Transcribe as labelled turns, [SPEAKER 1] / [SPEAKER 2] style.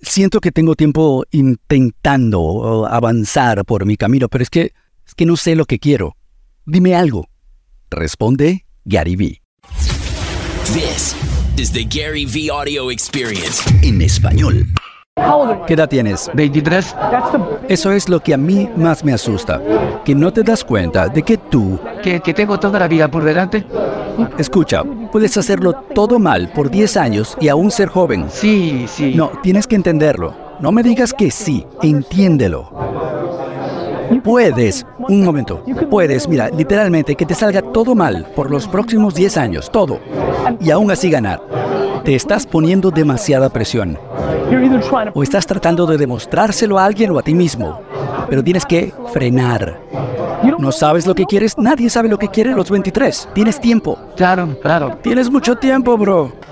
[SPEAKER 1] siento que tengo tiempo intentando avanzar por mi camino, pero es que, es que no sé lo que quiero. Dime algo. Responde Gary Vee.
[SPEAKER 2] This is the Gary V audio experience.
[SPEAKER 1] En español. ¿Qué edad tienes?
[SPEAKER 3] 23.
[SPEAKER 1] Eso es lo que a mí más me asusta. Que no te das cuenta de que tú,
[SPEAKER 3] ¿Que, que tengo toda la vida por delante?
[SPEAKER 1] escucha, puedes hacerlo todo mal por 10 años y aún ser joven.
[SPEAKER 3] Sí, sí.
[SPEAKER 1] No, tienes que entenderlo. No me digas que sí, entiéndelo. Puedes, un momento, puedes, mira, literalmente que te salga todo mal por los próximos 10 años, todo, y aún así ganar. Te estás poniendo demasiada presión, o estás tratando de demostrárselo a alguien o a ti mismo, pero tienes que frenar. No sabes lo que quieres, nadie sabe lo que quiere a los 23, tienes tiempo,
[SPEAKER 3] Claro, claro.
[SPEAKER 1] tienes mucho tiempo, bro.